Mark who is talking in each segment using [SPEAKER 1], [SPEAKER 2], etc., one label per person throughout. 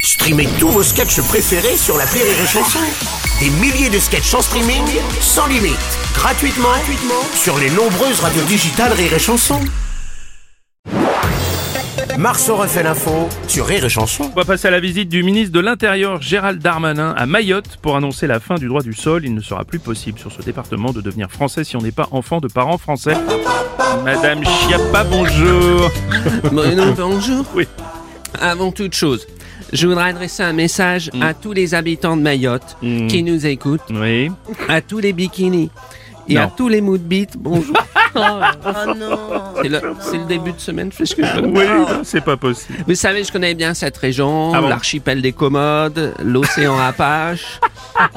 [SPEAKER 1] Streamez tous vos sketchs préférés sur la Rire et Chanson. Des milliers de sketchs en streaming, sans limite, gratuitement, gratuitement sur les nombreuses radios digitales Rire et Chanson. Marceau refait l'info sur Rire et Chanson.
[SPEAKER 2] On va passer à la visite du ministre de l'Intérieur Gérald Darmanin à Mayotte pour annoncer la fin du droit du sol. Il ne sera plus possible sur ce département de devenir français si on n'est pas enfant de parents français. Madame Chiappa, bonjour.
[SPEAKER 3] Bruno, bonjour.
[SPEAKER 2] Oui.
[SPEAKER 3] Avant toute chose, je voudrais adresser un message à tous les habitants de Mayotte
[SPEAKER 2] Mm.
[SPEAKER 3] qui nous écoutent,
[SPEAKER 2] Oui.
[SPEAKER 3] à tous les bikinis et
[SPEAKER 2] Non.
[SPEAKER 3] à tous les mood beats. Bonjour. C'est le, c'est le début de semaine, je fais ce que je veux.
[SPEAKER 2] Oui, Ah, c'est pas possible.
[SPEAKER 3] Vous savez, je connais bien cette région,
[SPEAKER 2] Ah bon
[SPEAKER 3] l'archipel des Commodes, l'océan Apache.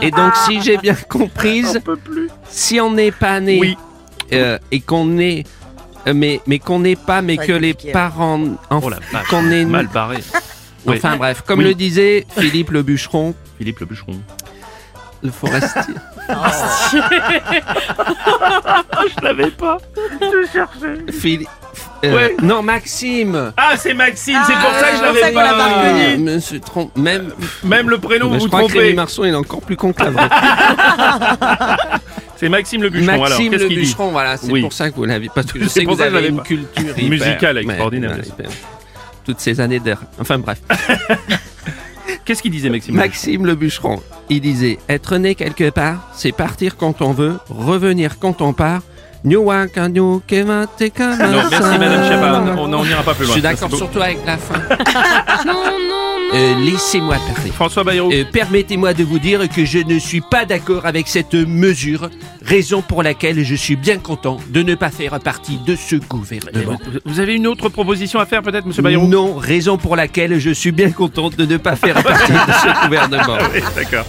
[SPEAKER 3] Et donc, si j'ai bien comprise,
[SPEAKER 2] peux plus.
[SPEAKER 3] si on n'est pas né
[SPEAKER 2] Oui.
[SPEAKER 3] euh, et qu'on est euh, mais mais qu'on n'est pas mais
[SPEAKER 4] Ça va
[SPEAKER 3] que
[SPEAKER 4] être
[SPEAKER 3] les
[SPEAKER 4] compliqué,
[SPEAKER 3] parents en-
[SPEAKER 2] Oh la vache.
[SPEAKER 3] qu'on est
[SPEAKER 2] Mal barré. Oui.
[SPEAKER 3] enfin bref comme
[SPEAKER 2] Oui.
[SPEAKER 3] le disait Philippe le bûcheron
[SPEAKER 2] Philippe le bûcheron.
[SPEAKER 3] le forestier
[SPEAKER 2] Je l'avais pas. Je cherchais.
[SPEAKER 3] Phili- euh,
[SPEAKER 2] Ouais.
[SPEAKER 3] non Maxime Euh,
[SPEAKER 2] Ah, c'est Maxime, c'est pour
[SPEAKER 4] Ah,
[SPEAKER 2] ça que je
[SPEAKER 4] c'est pour ça
[SPEAKER 2] l'avais
[SPEAKER 4] qu'on l'a pas
[SPEAKER 2] pas.
[SPEAKER 3] Ah, Monsieur trompe même
[SPEAKER 2] Même le prénom,
[SPEAKER 3] Mais
[SPEAKER 2] vous
[SPEAKER 3] Eh ben, je
[SPEAKER 2] vous
[SPEAKER 3] crois que
[SPEAKER 2] trompez.
[SPEAKER 3] Rémi Marceau il est encore plus con que la vraie.
[SPEAKER 2] C'est Maxime le bûcheron. alors,
[SPEAKER 3] Maxime
[SPEAKER 2] qu'est-ce
[SPEAKER 3] le
[SPEAKER 2] qu'il dit
[SPEAKER 3] bûcheron voilà c'est
[SPEAKER 2] Oui.
[SPEAKER 3] pour ça que vous l'avez parce que je
[SPEAKER 2] C'est
[SPEAKER 3] sais que
[SPEAKER 2] pour
[SPEAKER 3] vous
[SPEAKER 2] ça que je
[SPEAKER 3] avez
[SPEAKER 2] l'avais
[SPEAKER 3] une
[SPEAKER 2] pas.
[SPEAKER 3] culture hyper-
[SPEAKER 2] Musicale
[SPEAKER 3] Ouais,
[SPEAKER 2] extraordinaire,
[SPEAKER 3] ouais,
[SPEAKER 2] bien
[SPEAKER 3] hyper- toutes ces années d'air enfin bref
[SPEAKER 2] Qu'est-ce qu'il disait Maxime
[SPEAKER 3] Maxime le bûcheron, il disait Être né quelque part, c'est partir quand on veut, revenir quand on part. Nyowa kanyo keva te kama
[SPEAKER 2] Non, merci
[SPEAKER 3] sa.
[SPEAKER 2] Madame
[SPEAKER 3] ah,
[SPEAKER 2] Chabat, on n'en ira pas plus
[SPEAKER 3] Je
[SPEAKER 2] loin.
[SPEAKER 3] suis
[SPEAKER 2] Ça,
[SPEAKER 3] d'accord
[SPEAKER 2] c'est beau.
[SPEAKER 3] surtout avec la fin. Euh, Laissez-moi parler.
[SPEAKER 2] François Bayrou.
[SPEAKER 3] Euh, Permettez-moi de vous dire que je ne suis pas d'accord avec cette mesure, raison pour laquelle je suis bien content de ne pas faire partie de ce gouvernement.
[SPEAKER 2] Vous- Vous avez une autre proposition à faire peut-être, Monsieur Bayrou
[SPEAKER 3] Non, raison pour laquelle je suis bien content de ne pas faire partie de ce gouvernement.
[SPEAKER 2] Oui, D'accord.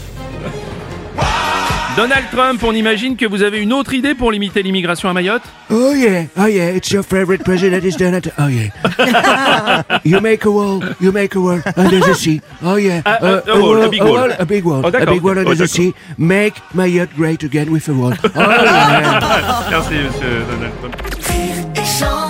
[SPEAKER 2] Donald Trump, on imagine que vous avez une autre idée pour limiter l'immigration à Mayotte
[SPEAKER 5] Oh yeah, oh yeah, it's your favorite president is Donald. Trump. Oh yeah. you make a wall, you make a wall, and there's a sea. Oh yeah,
[SPEAKER 2] Uh, A- a- a wall, a big wall.
[SPEAKER 5] a big wall,
[SPEAKER 2] Oh,
[SPEAKER 5] a
[SPEAKER 2] d'accord.
[SPEAKER 5] big wall, and
[SPEAKER 2] Oh,
[SPEAKER 5] there's a
[SPEAKER 2] d'accord.
[SPEAKER 5] sea. Make Mayotte great again with a wall. Oh yeah.
[SPEAKER 2] Merci, Monsieur Donald Trump.
[SPEAKER 4] Chanson.